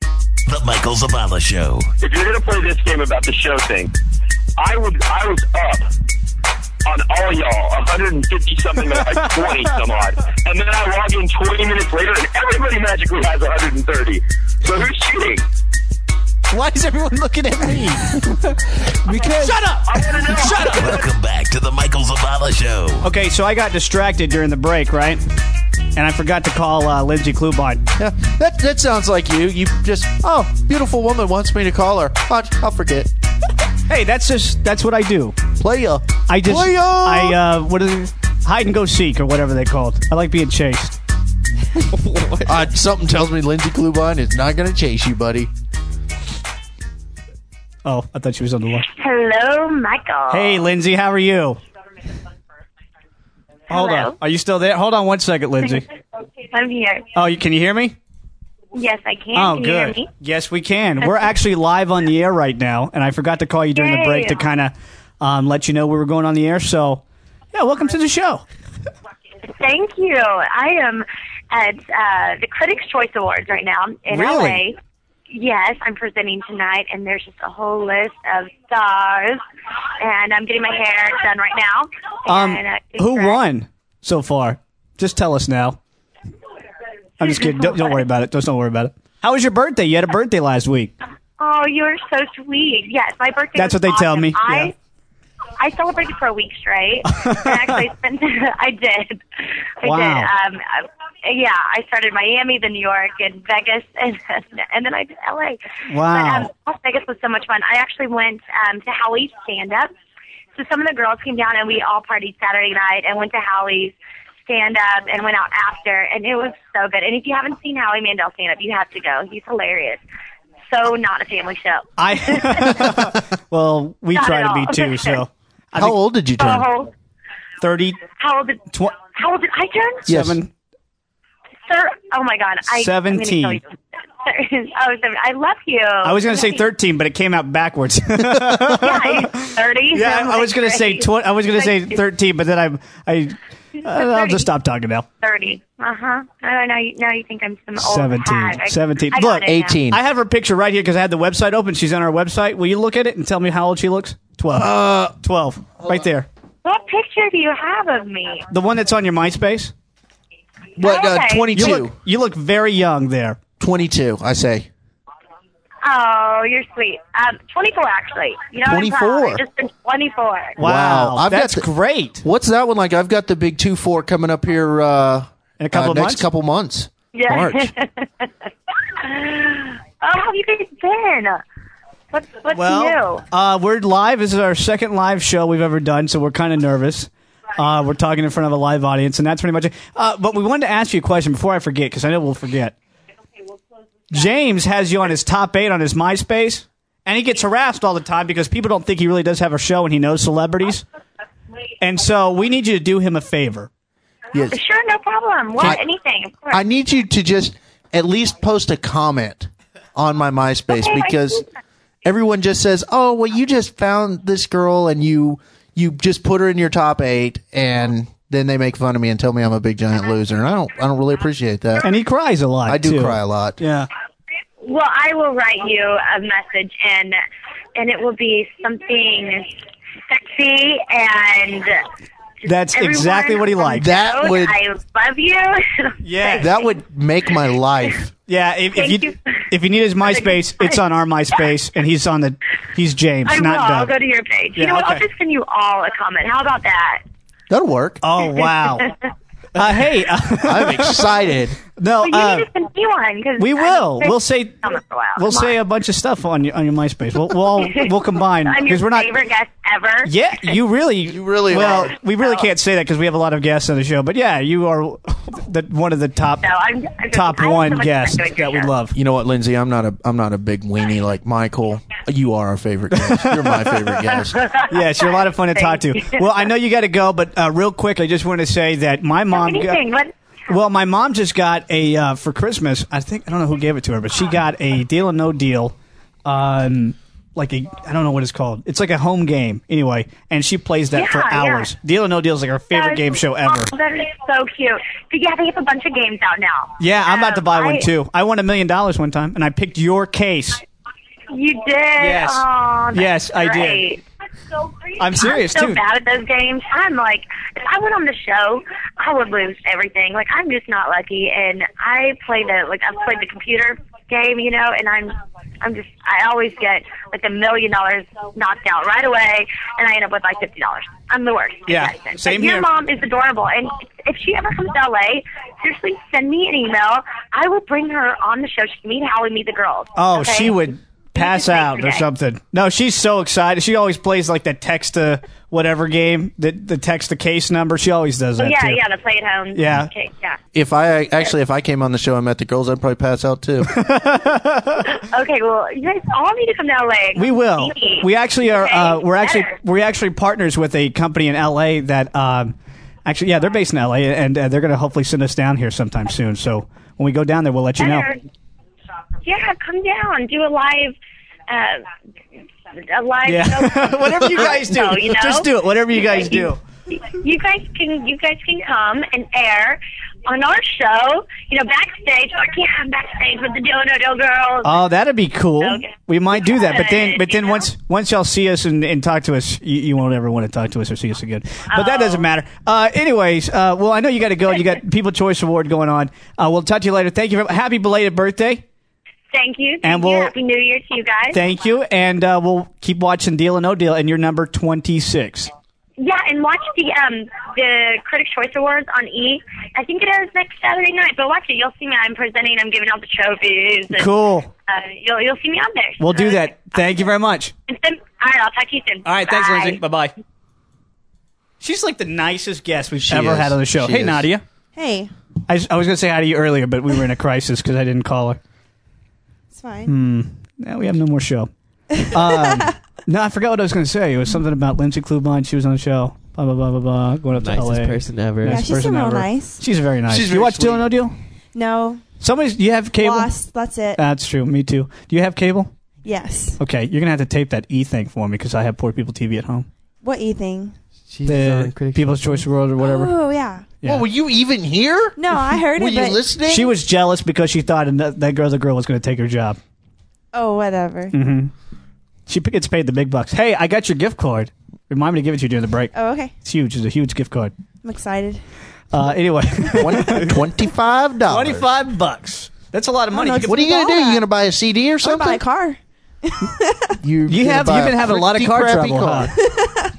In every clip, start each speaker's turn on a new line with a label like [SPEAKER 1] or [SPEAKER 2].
[SPEAKER 1] The Michael Zavala Show.
[SPEAKER 2] If you're gonna play this game about the show thing, I would I was up on all y'all, 150 something, like 20 some odd, and then I log in 20 minutes later, and everybody magically has 130. So who's cheating?
[SPEAKER 3] Why is everyone looking at me?
[SPEAKER 4] because
[SPEAKER 3] Shut up!
[SPEAKER 2] I want to know.
[SPEAKER 3] Shut up!
[SPEAKER 1] Welcome back to the Michael Zavala Show.
[SPEAKER 4] Okay, so I got distracted during the break, right? And I forgot to call uh, Lindsay Klubon.
[SPEAKER 3] Yeah, that that sounds like you. You just oh, beautiful woman wants me to call her. I'll, I'll forget.
[SPEAKER 4] Hey, that's just that's what I do.
[SPEAKER 3] Playa.
[SPEAKER 4] I just
[SPEAKER 3] Playa.
[SPEAKER 4] I uh what is it? hide and go seek or whatever they called. I like being chased.
[SPEAKER 3] uh, something tells me Lindsay Klubon is not going to chase you, buddy.
[SPEAKER 4] Oh, I thought she was on the line.
[SPEAKER 5] Hello, Michael.
[SPEAKER 4] Hey, Lindsay, how are you? Hold on.
[SPEAKER 5] Hello?
[SPEAKER 4] Are you still there? Hold on one second, Lindsay.
[SPEAKER 5] I'm here.
[SPEAKER 4] Oh, you, can you hear me?
[SPEAKER 5] Yes, I can.
[SPEAKER 4] Oh,
[SPEAKER 5] can You hear
[SPEAKER 4] good.
[SPEAKER 5] me?
[SPEAKER 4] Yes, we can. We're actually live on the air right now, and I forgot to call you during the break to
[SPEAKER 5] Yay.
[SPEAKER 4] kind of um, let you know we were going on the air. So, yeah, welcome to the show.
[SPEAKER 5] Thank you. I am at uh, the Critics' Choice Awards right now in
[SPEAKER 4] Really?
[SPEAKER 5] LA. Yes, I'm presenting tonight, and there's just a whole list of stars. And I'm getting my hair done right now.
[SPEAKER 4] Um,
[SPEAKER 5] And, uh,
[SPEAKER 4] who won so far? Just tell us now. I'm just kidding. Don't, don't worry about it. Just don't worry about it. How was your birthday? You had a birthday last week.
[SPEAKER 5] Oh, you're so sweet. Yes, my birthday.
[SPEAKER 4] That's what
[SPEAKER 5] was
[SPEAKER 4] they tell
[SPEAKER 5] awesome.
[SPEAKER 4] me,
[SPEAKER 5] I,
[SPEAKER 4] yeah.
[SPEAKER 5] I celebrated for a week straight. and actually, I spent. I did. I
[SPEAKER 4] Wow.
[SPEAKER 5] did. Um, I, yeah, I started Miami, then New York, and Vegas, and and then I did LA.
[SPEAKER 4] Wow.
[SPEAKER 5] But, um, Las Vegas was so much fun. I actually went um, to Howie's stand up. So some of the girls came down and we all partied Saturday night and went to Howie's stand up and went out after and it was so good. And if you haven't seen Howie Mandel stand up, you have to go. He's hilarious. So not a family show.
[SPEAKER 4] I well, we
[SPEAKER 5] Not
[SPEAKER 4] try
[SPEAKER 5] at
[SPEAKER 4] to be
[SPEAKER 5] all.
[SPEAKER 4] too. So I
[SPEAKER 3] How
[SPEAKER 4] think Oh,
[SPEAKER 3] old did you turn?
[SPEAKER 5] Oh, How old,
[SPEAKER 4] 30,
[SPEAKER 5] how old did
[SPEAKER 4] Tw-
[SPEAKER 5] how old did I turn?
[SPEAKER 3] Yes.
[SPEAKER 4] seven-
[SPEAKER 5] Sir, oh my God! I,
[SPEAKER 4] Seventeen.
[SPEAKER 5] I'm gonna kill you. oh, seven. I love you.
[SPEAKER 4] I was gonna say thirteen, but it came out backwards.
[SPEAKER 5] Yeah, thirty.
[SPEAKER 4] yeah, I, I was gonna say tw- I was gonna say thirteen, but then I'm I. Uh, I'll just stop talking now.
[SPEAKER 5] thirty. Uh huh. Oh, now you now you think I'm some old
[SPEAKER 4] 17.
[SPEAKER 5] hag. I-
[SPEAKER 4] 17.
[SPEAKER 5] I got
[SPEAKER 4] Look,
[SPEAKER 5] it now.
[SPEAKER 3] 18.
[SPEAKER 4] I have her picture right here because I had the website open. She's on our website. Will you look at it and tell me how old she looks? Twelve. Uh, Twelve. Right there.
[SPEAKER 5] What picture do you have of me?
[SPEAKER 4] The one that's on your MySpace.
[SPEAKER 3] what, uh,
[SPEAKER 5] Okay.
[SPEAKER 3] 22.
[SPEAKER 4] You look, you look very young there.
[SPEAKER 3] 22, I say.
[SPEAKER 5] Oh, you're sweet. Um, 24 actually. You know,
[SPEAKER 3] 24.
[SPEAKER 5] What I'm proud. I just been 24.
[SPEAKER 4] Wow,
[SPEAKER 3] I've got
[SPEAKER 4] that's
[SPEAKER 3] the-
[SPEAKER 4] great.
[SPEAKER 3] What's that one like? I've got the big 2 4 coming up here uh,
[SPEAKER 4] In a couple
[SPEAKER 3] uh,
[SPEAKER 4] of
[SPEAKER 3] next
[SPEAKER 4] months?
[SPEAKER 3] couple months.
[SPEAKER 5] Yeah.
[SPEAKER 3] March.
[SPEAKER 5] Oh, how have you guys been? What's what's
[SPEAKER 4] Well,
[SPEAKER 5] new?
[SPEAKER 4] uh, we're live. This is our second live show we've ever done, so we're kind of nervous. Uh, we're talking in front of a live audience, and that's pretty much it. Uh, but we wanted to ask you a question before I forget, because I know we'll forget. James has you on his top eight on his MySpace, and he gets harassed all the time because people don't think he really does have a show and he knows celebrities. And so we need you to do him a favor.
[SPEAKER 3] Yes.
[SPEAKER 5] Sure, no problem. What?
[SPEAKER 3] I-
[SPEAKER 5] anything. Of course.
[SPEAKER 3] I need you to just at least post a comment on my MySpace
[SPEAKER 5] Okay, I
[SPEAKER 3] because
[SPEAKER 5] see
[SPEAKER 3] everyone just says, "Oh, well, you just found this girl and you you just put her in your top eight and then they make fun of me and tell me I'm a big giant loser, and I don't I don't really appreciate that.
[SPEAKER 4] And he cries a lot.
[SPEAKER 3] I do
[SPEAKER 4] too.
[SPEAKER 3] cry a lot.
[SPEAKER 4] Yeah.
[SPEAKER 5] well, I will write you a message, and and it will be something sexy and.
[SPEAKER 4] That's
[SPEAKER 5] Everyone
[SPEAKER 4] exactly what he
[SPEAKER 5] on
[SPEAKER 4] likes.
[SPEAKER 3] That
[SPEAKER 5] the road,
[SPEAKER 3] would-
[SPEAKER 5] I love you.
[SPEAKER 4] Yeah.
[SPEAKER 3] That would make my life.
[SPEAKER 4] Yeah, if, if
[SPEAKER 5] Thank
[SPEAKER 4] you,
[SPEAKER 5] you.
[SPEAKER 4] if you need his MySpace, it's on our MySpace, and he's on the he's James,
[SPEAKER 5] I will.
[SPEAKER 4] not
[SPEAKER 5] I'll
[SPEAKER 4] Doug.
[SPEAKER 5] go to your page.
[SPEAKER 4] Yeah,
[SPEAKER 5] you know what?
[SPEAKER 4] okay.
[SPEAKER 5] I'll just send you all a comment. How about that?
[SPEAKER 3] That'll work.
[SPEAKER 4] oh wow! Uh, hey, uh,
[SPEAKER 3] I'm excited.
[SPEAKER 4] no,
[SPEAKER 5] But you
[SPEAKER 4] uh,
[SPEAKER 5] need to send me one because
[SPEAKER 4] we will. We'll say
[SPEAKER 5] comment for a while.
[SPEAKER 4] we'll
[SPEAKER 5] Come
[SPEAKER 4] say
[SPEAKER 5] on.
[SPEAKER 4] a bunch of stuff on your on your MySpace. We'll we'll all, we'll combine
[SPEAKER 5] I'm your
[SPEAKER 4] because we're not.
[SPEAKER 5] favorite guest ever.
[SPEAKER 4] Yeah, you really, you
[SPEAKER 3] really
[SPEAKER 4] Well,
[SPEAKER 3] are.
[SPEAKER 4] we really can't say that because we have a lot of guests on the show. But yeah, you are the one of the top
[SPEAKER 5] So I'm, I'm
[SPEAKER 4] top
[SPEAKER 5] I have so
[SPEAKER 4] one
[SPEAKER 5] much fun
[SPEAKER 4] guests
[SPEAKER 5] doing
[SPEAKER 4] that
[SPEAKER 5] your
[SPEAKER 4] we
[SPEAKER 5] show.
[SPEAKER 4] love.
[SPEAKER 3] You know what, Lindsay? I'm not a I'm not a big weenie like Michael. You are our favorite guest. You're my favorite guest.
[SPEAKER 4] Yes, you're a lot of fun to talk to.
[SPEAKER 5] Thank you.
[SPEAKER 4] Well, I know you got to go, but uh, real quick, I just want to say that my mom. got-
[SPEAKER 5] Anything. What?
[SPEAKER 4] Well, my mom just got a uh, for Christmas. I think I don't know who gave it to her, but she got a Deal or No Deal um, like a I don't know what it's called. It's like a home game anyway, and she plays that for
[SPEAKER 5] Yeah, yeah.
[SPEAKER 4] hours. Deal or No Deal is like her favorite game show ever.
[SPEAKER 5] Oh, that is so cute. But yeah, they have a bunch of games out now.
[SPEAKER 4] Yeah, I'm about
[SPEAKER 5] Um,
[SPEAKER 4] to buy one
[SPEAKER 5] I-
[SPEAKER 4] too. I won a million dollars one time, and I picked your case.
[SPEAKER 5] You did.
[SPEAKER 4] Yes.
[SPEAKER 5] Oh, that's
[SPEAKER 4] Yes, I did.
[SPEAKER 5] great.
[SPEAKER 4] I'm serious
[SPEAKER 5] I'm so
[SPEAKER 4] too.
[SPEAKER 5] bad at those games. I'm like, if I went on the show, I would lose everything. Like I'm just not lucky, and I play the like I've played the computer game, you know, and I'm I'm just I always get like a million dollars knocked out right away, and I end up with like fifty dollars. I'm the worst. at
[SPEAKER 4] Yeah,
[SPEAKER 5] that thing.
[SPEAKER 4] same
[SPEAKER 5] But your
[SPEAKER 4] here.
[SPEAKER 5] mom is adorable, and if she ever comes to LA, seriously, send me an email. I will bring her on the show. She can meet Howie, meet the girls.
[SPEAKER 4] Oh,
[SPEAKER 5] okay?
[SPEAKER 4] she would pass
[SPEAKER 5] just make
[SPEAKER 4] out
[SPEAKER 5] your
[SPEAKER 4] or
[SPEAKER 5] day.
[SPEAKER 4] something. No, she's so excited. She always plays like the text to whatever game, the the text to case number. She always does that
[SPEAKER 5] Yeah,
[SPEAKER 4] too.
[SPEAKER 5] yeah, the play at home.
[SPEAKER 4] Yeah.
[SPEAKER 5] Okay, yeah.
[SPEAKER 3] If I actually, if I came on the show and met the girls, I'd probably pass out too.
[SPEAKER 5] Okay, well, you guys all need to come to LA.
[SPEAKER 4] We will.
[SPEAKER 5] See me.
[SPEAKER 4] We actually are.
[SPEAKER 5] Okay,
[SPEAKER 4] Uh, we're actually
[SPEAKER 5] better.
[SPEAKER 4] we're actually partners with a company in L.A. that um, actually yeah they're based in L.A. and uh, they're going to hopefully send us down here sometime soon. So when we go down there, we'll let you know.
[SPEAKER 5] better. Yeah, come down. Do a live. Uh, a live
[SPEAKER 4] Yeah,
[SPEAKER 5] show.
[SPEAKER 4] whatever you guys do,
[SPEAKER 5] No, you know?
[SPEAKER 4] just do it. Whatever you guys do.
[SPEAKER 5] You guys can you guys can come and air on our show. You know, backstage. Oh, Like, yeah, I'm backstage with the Deal or No Deal girls.
[SPEAKER 4] Oh, that'd be cool.
[SPEAKER 5] Okay.
[SPEAKER 4] We might do that, but then, but
[SPEAKER 5] You
[SPEAKER 4] then
[SPEAKER 5] know?
[SPEAKER 4] once once y'all see us and, and talk to us, you, you won't ever want to talk to us or see us again. But that
[SPEAKER 5] Oh.
[SPEAKER 4] doesn't matter. Uh, anyways, uh, well, I know you got to go. You got People Choice Award going on. Uh, we'll talk to you later. Thank you. For, happy belated birthday.
[SPEAKER 5] thank you.
[SPEAKER 4] and
[SPEAKER 5] Thank you.
[SPEAKER 4] we'll-
[SPEAKER 5] Happy New Year to you guys.
[SPEAKER 4] Thank you, and uh, we'll keep watching Deal or No Deal. And you're number twenty six.
[SPEAKER 5] Yeah, and watch the um the Critics Choice Awards on E. I think it is next Saturday night. But watch it. You'll see me. I'm presenting. I'm giving out the trophies. and,
[SPEAKER 4] Cool.
[SPEAKER 5] Uh, you'll you'll see me on there.
[SPEAKER 4] We'll do that. Thank you very much.
[SPEAKER 5] And then- all right. I'll talk to you soon.
[SPEAKER 4] All right. Thanks,
[SPEAKER 5] Bye.
[SPEAKER 4] Lindsay. Bye bye. She's like the nicest guest we've ever
[SPEAKER 3] is.
[SPEAKER 4] had on the show.
[SPEAKER 3] She
[SPEAKER 4] hey,
[SPEAKER 3] is.
[SPEAKER 4] Nadia.
[SPEAKER 6] Hey,
[SPEAKER 4] I, I was going to say hi to you earlier, but we were in a crisis because I didn't call her.
[SPEAKER 6] it's fine.
[SPEAKER 3] Hmm.
[SPEAKER 4] Now we have no more show. Um, no, I forgot what I was going to say. It was something about Lindsay Klubon. She was on the show. Blah blah blah blah blah. Going up to
[SPEAKER 7] Nicest
[SPEAKER 4] LA.
[SPEAKER 7] person ever.
[SPEAKER 6] Yeah, she's
[SPEAKER 4] person
[SPEAKER 6] real
[SPEAKER 4] ever.
[SPEAKER 6] nice.
[SPEAKER 4] She's very nice.
[SPEAKER 3] She's
[SPEAKER 4] you
[SPEAKER 3] very
[SPEAKER 4] watch Deal or
[SPEAKER 3] sweet.
[SPEAKER 4] No Deal?
[SPEAKER 6] No,
[SPEAKER 4] Somebody's. Do you have cable?
[SPEAKER 6] lost. That's it.
[SPEAKER 3] Uh,
[SPEAKER 4] That's true. Me too. Do you have cable?
[SPEAKER 6] yes.
[SPEAKER 4] Okay, you're gonna have to tape that e thing for me because I have poor people TV at home.
[SPEAKER 6] What e thing?
[SPEAKER 7] She's
[SPEAKER 4] The
[SPEAKER 7] on Critics'
[SPEAKER 4] People's Choice World or whatever.
[SPEAKER 6] Oh yeah.
[SPEAKER 4] Yeah.
[SPEAKER 3] Well, were you even here?
[SPEAKER 6] No, I heard
[SPEAKER 3] Were
[SPEAKER 6] it.
[SPEAKER 3] you
[SPEAKER 6] But,
[SPEAKER 3] listening?
[SPEAKER 4] She was jealous because she thought that that girl, the girl, was gonna take her job.
[SPEAKER 6] oh, whatever.
[SPEAKER 3] Hmm.
[SPEAKER 4] Mm-hmm. She p- gets paid the big bucks. Hey, I got your gift card. Remind me to give it to you during the break.
[SPEAKER 6] Oh, okay.
[SPEAKER 4] It's huge. It's a huge gift card.
[SPEAKER 6] I'm excited.
[SPEAKER 4] Uh, anyway,
[SPEAKER 3] One- twenty-five dollars.
[SPEAKER 4] twenty-five bucks. That's a lot of money.
[SPEAKER 6] know,
[SPEAKER 4] You could-
[SPEAKER 3] What are you gonna do?
[SPEAKER 6] Buy that.
[SPEAKER 3] You gonna buy a CD or
[SPEAKER 6] I'll
[SPEAKER 3] something?
[SPEAKER 6] buy a car.
[SPEAKER 3] You,
[SPEAKER 4] You have you've been having a lot of car trouble.
[SPEAKER 3] Car.
[SPEAKER 4] huh?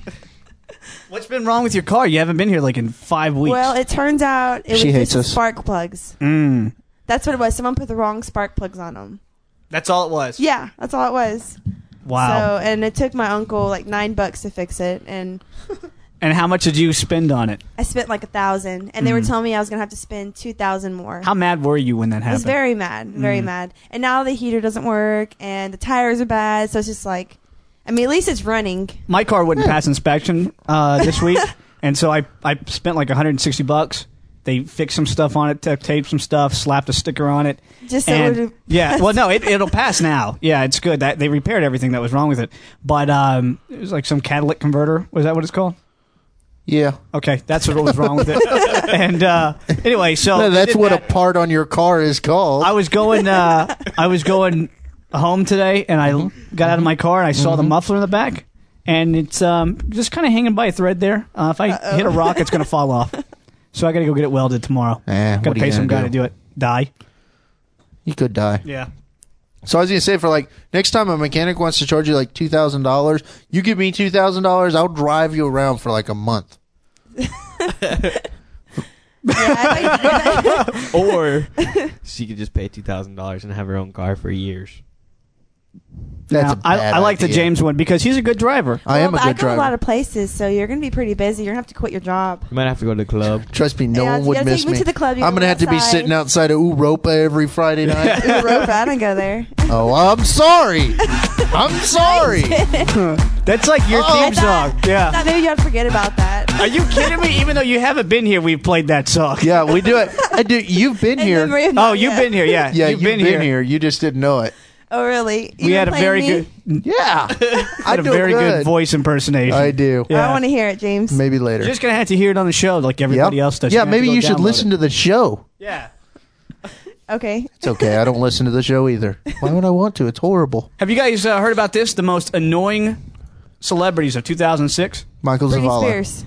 [SPEAKER 4] What's been wrong with your car? You haven't been here like in five weeks.
[SPEAKER 6] Well, it turns out it
[SPEAKER 3] She
[SPEAKER 6] was
[SPEAKER 3] hates
[SPEAKER 6] just
[SPEAKER 3] us.
[SPEAKER 6] spark plugs.
[SPEAKER 4] Mm.
[SPEAKER 6] That's what it was. Someone put the wrong spark plugs on them.
[SPEAKER 4] that's all it was.
[SPEAKER 6] Yeah, that's all it was.
[SPEAKER 4] Wow.
[SPEAKER 6] So, and it took my uncle like nine bucks to fix it, and
[SPEAKER 4] and how much did you spend on it?
[SPEAKER 6] I spent like a thousand. And they
[SPEAKER 3] Hmm.
[SPEAKER 6] were telling me I was gonna have to spend two thousand more.
[SPEAKER 4] How mad were you when that
[SPEAKER 6] I
[SPEAKER 4] happened?
[SPEAKER 6] was very mad,
[SPEAKER 4] Mm.
[SPEAKER 6] very mad. And now the heater doesn't work, and the tires are bad. So it's just like, I mean, at least it's running.
[SPEAKER 4] my car wouldn't pass inspection uh, this week, and so I I spent like 160 bucks. They fixed some stuff on it, t- taped some stuff, slapped a sticker on it.
[SPEAKER 6] Just so
[SPEAKER 4] and-
[SPEAKER 6] it would-
[SPEAKER 4] yeah. Well, no, it, it'll pass now. Yeah, it's good. That they repaired everything that was wrong with it, but um, it was like some catalytic converter. Was that what it's called?
[SPEAKER 3] Yeah,
[SPEAKER 4] Okay, that's what was wrong with it. and uh, anyway, so
[SPEAKER 3] No,
[SPEAKER 4] they
[SPEAKER 3] that's
[SPEAKER 4] did
[SPEAKER 3] what
[SPEAKER 4] that.
[SPEAKER 3] a part on your car is called.
[SPEAKER 4] I was going. Uh, I was going home today, and I
[SPEAKER 3] Mm-hmm.
[SPEAKER 4] got out of my car and I saw the muffler in the back, and it's um, just kind of hanging by a thread there. Uh, if I hit a rock, it's going to fall off. So I got to go get it welded tomorrow. got
[SPEAKER 3] Eh, what
[SPEAKER 4] to
[SPEAKER 3] are you
[SPEAKER 4] pay some
[SPEAKER 3] gonna
[SPEAKER 4] guy to
[SPEAKER 3] do?
[SPEAKER 4] do it. Die.
[SPEAKER 3] you could die.
[SPEAKER 4] Yeah.
[SPEAKER 3] So I was gonna say for like next time a mechanic wants to charge you like two thousand dollars, you give me two thousand dollars, I'll drive you around for like a month.
[SPEAKER 6] Yeah, I thought you-
[SPEAKER 7] Choice. Or she could just pay two thousand dollars and have her own car for years.
[SPEAKER 3] That's
[SPEAKER 4] Now,
[SPEAKER 3] a bad
[SPEAKER 4] I, I like the
[SPEAKER 3] idea.
[SPEAKER 4] James one because he's a good driver.
[SPEAKER 3] I am a
[SPEAKER 6] Well,
[SPEAKER 3] good
[SPEAKER 6] I go to
[SPEAKER 3] driver.
[SPEAKER 6] a lot of places, so you're going to be pretty busy. You're going to have to quit your job.
[SPEAKER 7] You might have to go to the club.
[SPEAKER 3] Trust me, no
[SPEAKER 6] Yeah,
[SPEAKER 3] one
[SPEAKER 6] you
[SPEAKER 3] would
[SPEAKER 6] gotta
[SPEAKER 3] miss
[SPEAKER 6] take me to the club, you
[SPEAKER 3] I'm
[SPEAKER 6] gotta
[SPEAKER 3] gonna have to be
[SPEAKER 6] outside.
[SPEAKER 3] sitting outside of Europa every Friday night.
[SPEAKER 6] Ooh, Rope, I don't go there.
[SPEAKER 3] oh, I'm sorry. I'm sorry.
[SPEAKER 4] That's like your
[SPEAKER 3] Oh, I
[SPEAKER 4] theme song.
[SPEAKER 6] I
[SPEAKER 4] yeah.
[SPEAKER 6] thought maybe you'd forget about that.
[SPEAKER 4] Are you kidding me? Even though you haven't been here, we've played that song.
[SPEAKER 3] yeah, we do it. I do. You've been
[SPEAKER 6] In
[SPEAKER 3] here.
[SPEAKER 6] memory of
[SPEAKER 4] Oh,
[SPEAKER 6] not
[SPEAKER 4] you've
[SPEAKER 6] yet.
[SPEAKER 4] been here. Yeah.
[SPEAKER 3] Yeah, you've, been, here. You just didn't know it.
[SPEAKER 6] Oh, really?
[SPEAKER 4] we
[SPEAKER 6] You gonna
[SPEAKER 4] had a
[SPEAKER 6] play
[SPEAKER 4] very
[SPEAKER 6] me?
[SPEAKER 4] good,
[SPEAKER 3] Yeah, I
[SPEAKER 4] had a
[SPEAKER 3] do
[SPEAKER 4] very good
[SPEAKER 3] good.
[SPEAKER 4] voice impersonation.
[SPEAKER 3] I do.
[SPEAKER 4] Yeah.
[SPEAKER 6] I want to hear it, James.
[SPEAKER 3] Maybe later.
[SPEAKER 4] You're just gonna have to hear it on the show, like
[SPEAKER 3] Yep.
[SPEAKER 4] everybody else does.
[SPEAKER 3] Yeah, maybe you should listen to the show.
[SPEAKER 4] Yeah.
[SPEAKER 6] Okay.
[SPEAKER 3] It's okay. I don't listen to the show either. Why would I want to? It's horrible.
[SPEAKER 4] Have you guys uh, heard about this? The most annoying celebrities of 2006.
[SPEAKER 3] Michael
[SPEAKER 6] Britney
[SPEAKER 3] Zavala.
[SPEAKER 6] Spears.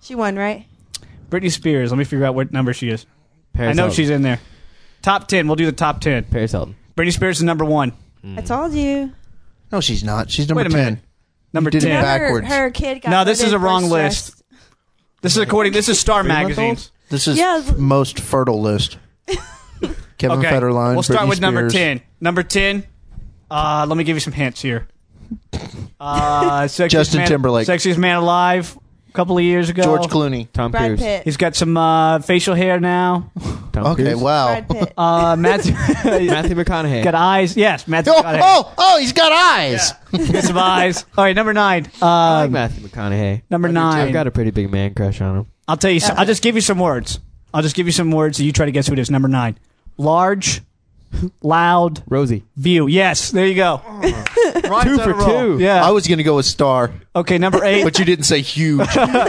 [SPEAKER 6] She won, right?
[SPEAKER 4] Britney Spears. Let me figure out what number she is.
[SPEAKER 7] Paris
[SPEAKER 4] I know
[SPEAKER 7] Hilton.
[SPEAKER 4] she's in there. Top ten. We'll do the top ten.
[SPEAKER 7] Paris Hilton.
[SPEAKER 4] Britney Spears is number one.
[SPEAKER 6] I told you.
[SPEAKER 3] No, she's not. She's number
[SPEAKER 4] Wait a minute.
[SPEAKER 3] ten.
[SPEAKER 4] Number
[SPEAKER 3] did it
[SPEAKER 4] ten.
[SPEAKER 3] back-
[SPEAKER 6] Her,
[SPEAKER 3] Backwards.
[SPEAKER 6] her kid got
[SPEAKER 4] No, this is
[SPEAKER 6] voted
[SPEAKER 4] a wrong
[SPEAKER 6] first
[SPEAKER 4] list.
[SPEAKER 6] dressed.
[SPEAKER 4] This is according. This is Star
[SPEAKER 7] month
[SPEAKER 4] Magazine.
[SPEAKER 7] old?
[SPEAKER 3] This is
[SPEAKER 6] Yeah.
[SPEAKER 3] f- most fertile list. Kevin
[SPEAKER 4] Okay.
[SPEAKER 3] Federline.
[SPEAKER 4] we'll start
[SPEAKER 3] Britney
[SPEAKER 4] with number
[SPEAKER 3] Spears.
[SPEAKER 4] ten. Number ten. Uh, let me give you some hints here. Uh, sexiest
[SPEAKER 3] Justin
[SPEAKER 4] man,
[SPEAKER 3] Timberlake.
[SPEAKER 4] sexiest man alive. A couple of years ago,
[SPEAKER 3] George Clooney.
[SPEAKER 7] Tom
[SPEAKER 6] Brad
[SPEAKER 7] Cruise.
[SPEAKER 6] Pitt.
[SPEAKER 4] He's got some uh, facial hair now.
[SPEAKER 7] Tom
[SPEAKER 3] Okay,
[SPEAKER 7] Cruise.
[SPEAKER 3] wow.
[SPEAKER 6] Brad Pitt.
[SPEAKER 4] Uh, Matthew
[SPEAKER 7] Matthew McConaughey.
[SPEAKER 4] got eyes. Yes, Matthew
[SPEAKER 3] Oh,
[SPEAKER 4] got eyes.
[SPEAKER 3] oh, oh, he's got eyes.
[SPEAKER 4] He's got some eyes. All right, number nine.
[SPEAKER 7] I
[SPEAKER 4] Uh,
[SPEAKER 7] like Matthew McConaughey.
[SPEAKER 4] number nine.
[SPEAKER 7] I've got a pretty big man crush on him.
[SPEAKER 4] I'll tell you. Some, I'll just give you some words. I'll just give you some words, and you try to guess who it is. Number nine. Large, loud
[SPEAKER 7] Rosie.
[SPEAKER 4] view. Yes, there you go.
[SPEAKER 7] two for two.
[SPEAKER 4] Yeah.
[SPEAKER 3] I was going to go with Star,
[SPEAKER 4] okay, number eight.
[SPEAKER 3] but you didn't say huge.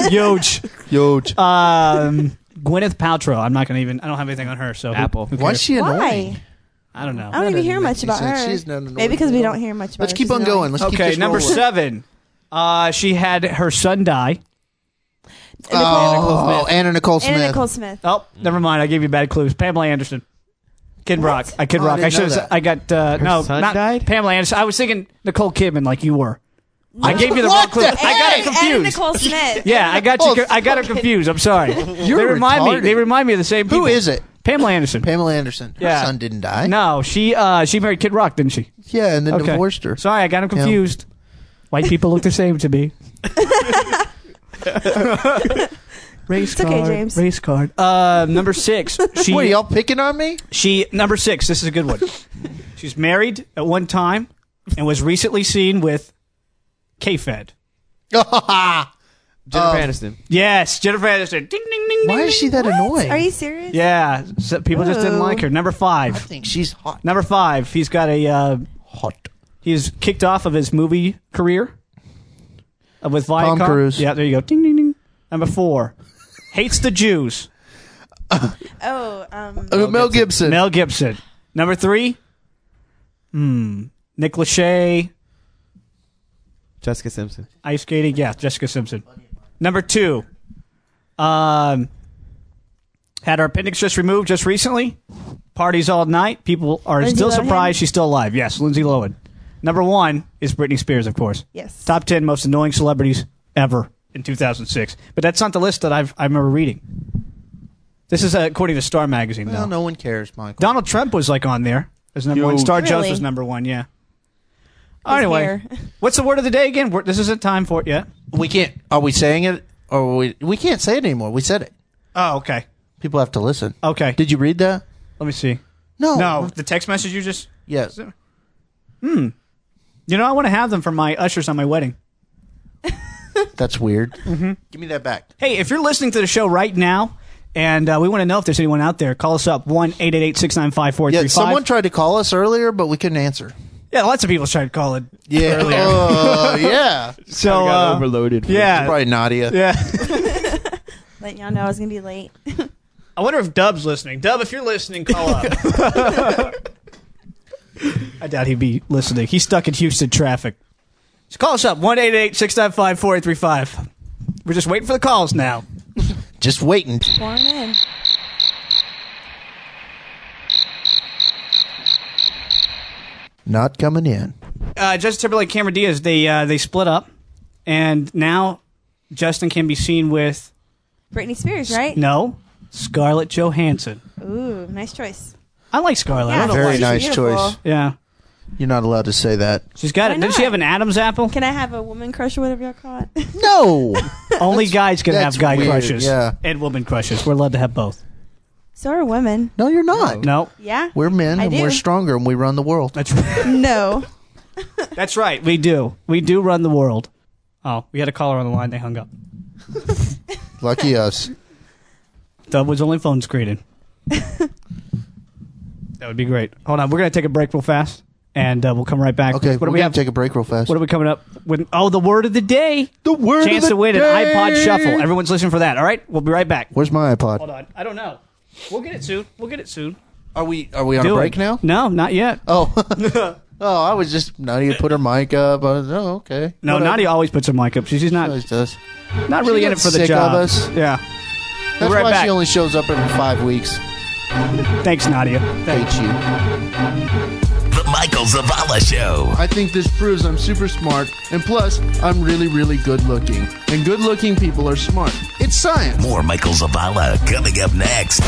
[SPEAKER 4] Huge.
[SPEAKER 3] huge.
[SPEAKER 4] Um, Gwyneth Paltrow. I'm not gonna even. I don't have anything on her. So who-
[SPEAKER 7] Apple.
[SPEAKER 4] who
[SPEAKER 3] Why
[SPEAKER 4] cares?
[SPEAKER 3] is she annoying?
[SPEAKER 6] Why?
[SPEAKER 4] I don't know.
[SPEAKER 6] I don't even hear
[SPEAKER 3] doesn't
[SPEAKER 6] much
[SPEAKER 3] make
[SPEAKER 6] about
[SPEAKER 3] any sense.
[SPEAKER 6] her.
[SPEAKER 3] She's not annoying
[SPEAKER 6] Maybe because we
[SPEAKER 3] at all.
[SPEAKER 6] don't hear much about
[SPEAKER 3] Let's
[SPEAKER 6] her.
[SPEAKER 3] keep
[SPEAKER 6] She's
[SPEAKER 3] on
[SPEAKER 6] annoying.
[SPEAKER 3] going. Let's keep
[SPEAKER 4] okay,
[SPEAKER 3] just
[SPEAKER 4] number
[SPEAKER 3] rolling.
[SPEAKER 4] seven. Uh, she had her son die.
[SPEAKER 6] Nicole-
[SPEAKER 3] Oh, Anna Nicole Smith.
[SPEAKER 6] Anna Nicole Smith.
[SPEAKER 4] Oh, never mind. I gave you bad clues. Pamela Anderson. Kid Rock. I Kid
[SPEAKER 3] Oh, I
[SPEAKER 4] Rock. I,
[SPEAKER 3] didn't know
[SPEAKER 4] should. have.
[SPEAKER 3] that.
[SPEAKER 4] I got uh, no.
[SPEAKER 7] son
[SPEAKER 4] not
[SPEAKER 7] died?
[SPEAKER 4] Pamela Anderson. I was thinking Nicole Kidman, like you were. I gave you the wrong
[SPEAKER 3] What
[SPEAKER 4] clue.
[SPEAKER 3] the
[SPEAKER 4] I got it
[SPEAKER 6] Anna- Anna
[SPEAKER 4] confused.
[SPEAKER 6] Nicole Smith.
[SPEAKER 4] Yeah, I got you.
[SPEAKER 3] Oh,
[SPEAKER 4] I got her confused. I'm sorry. They
[SPEAKER 3] You're
[SPEAKER 4] remind me.
[SPEAKER 3] retarded.
[SPEAKER 4] They remind me of the same.
[SPEAKER 3] Who
[SPEAKER 4] people.
[SPEAKER 3] is it?
[SPEAKER 4] Pamela Anderson.
[SPEAKER 3] Pamela Anderson. Her
[SPEAKER 4] Yeah.
[SPEAKER 3] son didn't die.
[SPEAKER 4] No, she uh, she married Kid Rock, didn't she?
[SPEAKER 3] Yeah, and then
[SPEAKER 4] Okay.
[SPEAKER 3] divorced her.
[SPEAKER 4] Sorry, I got him confused. White people look the same to me. race
[SPEAKER 6] okay,
[SPEAKER 4] card.
[SPEAKER 6] James.
[SPEAKER 4] Race card. Uh, number six. She.
[SPEAKER 3] What are y'all picking on me?
[SPEAKER 4] She number six. This is a good one. She's married at one time and was recently seen with K-Fed.
[SPEAKER 3] Oh,
[SPEAKER 7] Jennifer Aniston.
[SPEAKER 4] Yes, Jennifer Aniston. Ding ding ding.
[SPEAKER 3] Why
[SPEAKER 4] ding.
[SPEAKER 3] is she that annoying?
[SPEAKER 6] Are you serious?
[SPEAKER 4] Yeah, so people just didn't
[SPEAKER 6] Whoa.
[SPEAKER 4] like her. Number
[SPEAKER 3] I
[SPEAKER 4] five.
[SPEAKER 3] think she's hot.
[SPEAKER 4] Number five. He's got a. Uh,
[SPEAKER 3] Hot.
[SPEAKER 4] he's kicked off of his movie career uh, with Viacom.
[SPEAKER 3] Tom Cruise.
[SPEAKER 4] Yeah, there you go. Ding ding ding. Number four. Hates the Jews.
[SPEAKER 6] Oh, um,
[SPEAKER 3] Uh, Mel Gibson.
[SPEAKER 4] Mel Gibson. Number three. Hmm. Nick Lachey.
[SPEAKER 7] Jessica Simpson.
[SPEAKER 4] Ice skating, yeah, Jessica Simpson. Number two, um, had her appendix just removed just recently. Parties all night. People are
[SPEAKER 6] Lindsay
[SPEAKER 4] still
[SPEAKER 6] Lohan?
[SPEAKER 4] surprised she's still alive. Yes, Lindsay Lohan. Number one is Britney Spears, of course.
[SPEAKER 6] yes.
[SPEAKER 4] Top ten most annoying celebrities ever in 2006. But that's not the list that I've I remember reading. This is uh, according to Star Magazine.
[SPEAKER 3] Well,
[SPEAKER 4] though.
[SPEAKER 3] no one cares, Michael.
[SPEAKER 4] Donald Trump was like on there as number one. Star Jones
[SPEAKER 6] Really?
[SPEAKER 4] was number one. Yeah.
[SPEAKER 6] His
[SPEAKER 4] anyway,
[SPEAKER 6] hair.
[SPEAKER 4] what's the word of the day again? We're- This isn't time for it yet.
[SPEAKER 3] we can't. Are we saying it? Or we we can't say it anymore. We said it.
[SPEAKER 4] Oh, okay.
[SPEAKER 3] People have to listen.
[SPEAKER 4] Okay.
[SPEAKER 3] Did you read that?
[SPEAKER 4] Let me see.
[SPEAKER 3] No.
[SPEAKER 4] No, the text message you just.
[SPEAKER 3] Yes.
[SPEAKER 4] You know, I want to have them for my ushers on my wedding.
[SPEAKER 3] That's weird. Mm-hmm. Give me that back.
[SPEAKER 4] Hey, if you're listening to the show right now, and uh, we want to know if there's anyone out there, call us up one eight eight eight six nine five four
[SPEAKER 3] Yeah,
[SPEAKER 4] three
[SPEAKER 3] someone
[SPEAKER 4] five.
[SPEAKER 3] tried to call us earlier, but we couldn't answer.
[SPEAKER 4] Yeah, lots of people tried calling.
[SPEAKER 3] Yeah. Uh, yeah.
[SPEAKER 4] So
[SPEAKER 7] got
[SPEAKER 4] uh,
[SPEAKER 7] overloaded.
[SPEAKER 4] Yeah,
[SPEAKER 3] Probably Nadia.
[SPEAKER 4] yeah.
[SPEAKER 6] Letting y'all know I was gonna be late.
[SPEAKER 4] I wonder if Dub's listening. Dub, if you're listening, call up. I doubt he'd be listening. He's stuck in Houston traffic. So call us up one eight eight eight six nine five four eight three five. We're just waiting for the calls now.
[SPEAKER 3] Just waiting.
[SPEAKER 6] Born in.
[SPEAKER 3] Not coming in.
[SPEAKER 4] uh, Justin Timberlake, Cameron Diaz, they uh, they split up, and now Justin can be seen with
[SPEAKER 6] Britney Spears, right?
[SPEAKER 4] no Scarlett Johansson.
[SPEAKER 6] Ooh, nice choice.
[SPEAKER 4] I like Scarlett. I don't know
[SPEAKER 3] Very
[SPEAKER 4] why.
[SPEAKER 6] she's
[SPEAKER 3] nice
[SPEAKER 6] beautiful.
[SPEAKER 3] choice.
[SPEAKER 4] Yeah,
[SPEAKER 3] You're not allowed to say that.
[SPEAKER 4] she's got
[SPEAKER 6] Why
[SPEAKER 4] it. Did she
[SPEAKER 6] not?
[SPEAKER 4] have an Adam's apple?
[SPEAKER 6] Can I have a woman crush or whatever y'all call it?
[SPEAKER 3] No.
[SPEAKER 4] Only guys can have
[SPEAKER 3] that's
[SPEAKER 4] guy
[SPEAKER 3] weird,
[SPEAKER 4] crushes
[SPEAKER 3] yeah.
[SPEAKER 4] and woman crushes. We're allowed to have both.
[SPEAKER 6] so are women.
[SPEAKER 3] no, you're not.
[SPEAKER 4] No,
[SPEAKER 6] Yeah.
[SPEAKER 3] We're men
[SPEAKER 6] I
[SPEAKER 3] and
[SPEAKER 6] do.
[SPEAKER 3] we're stronger and we run the world.
[SPEAKER 4] that's
[SPEAKER 6] No.
[SPEAKER 4] that's right. We do. We do run the world. Oh, we had a caller on the line. They hung up.
[SPEAKER 3] Lucky us.
[SPEAKER 4] Dub was only phone screening. that would be great. Hold on, we're gonna take a break real fast. and uh, we'll come right back.
[SPEAKER 3] Okay,
[SPEAKER 4] what do
[SPEAKER 3] we
[SPEAKER 4] we
[SPEAKER 3] have
[SPEAKER 4] have?
[SPEAKER 3] to take a break real fast.
[SPEAKER 4] what are we coming up with? Oh, the word of the day.
[SPEAKER 3] the word
[SPEAKER 4] Chance to win an iPod Shuffle. Everyone's listening for that. All right, we'll be right back.
[SPEAKER 3] Where's my iPod?
[SPEAKER 4] Hold on, I don't know. We'll get it soon. We'll get it soon.
[SPEAKER 3] Are we are we on
[SPEAKER 4] Do
[SPEAKER 3] a
[SPEAKER 4] it.
[SPEAKER 3] break now?
[SPEAKER 4] No, not yet.
[SPEAKER 3] Oh, oh, I was just Nadia put her mic up. I was, oh, okay.
[SPEAKER 4] no,
[SPEAKER 3] Whatever.
[SPEAKER 4] Nadia always puts her mic up. She's, she's not
[SPEAKER 3] always does.
[SPEAKER 4] not really
[SPEAKER 3] she
[SPEAKER 4] in it
[SPEAKER 3] got
[SPEAKER 4] for the
[SPEAKER 3] sick
[SPEAKER 4] job.
[SPEAKER 3] of us.
[SPEAKER 4] Yeah.
[SPEAKER 3] That's
[SPEAKER 4] right
[SPEAKER 3] why
[SPEAKER 4] back.
[SPEAKER 3] she only shows up every five weeks.
[SPEAKER 4] Thanks, Nadia.
[SPEAKER 3] Hate you.
[SPEAKER 1] The Michael Zavala Show.
[SPEAKER 3] I think this proves I'm super smart, and plus, I'm really, really good looking. And good looking people are smart. It's science.
[SPEAKER 1] More Michael Zavala coming up next.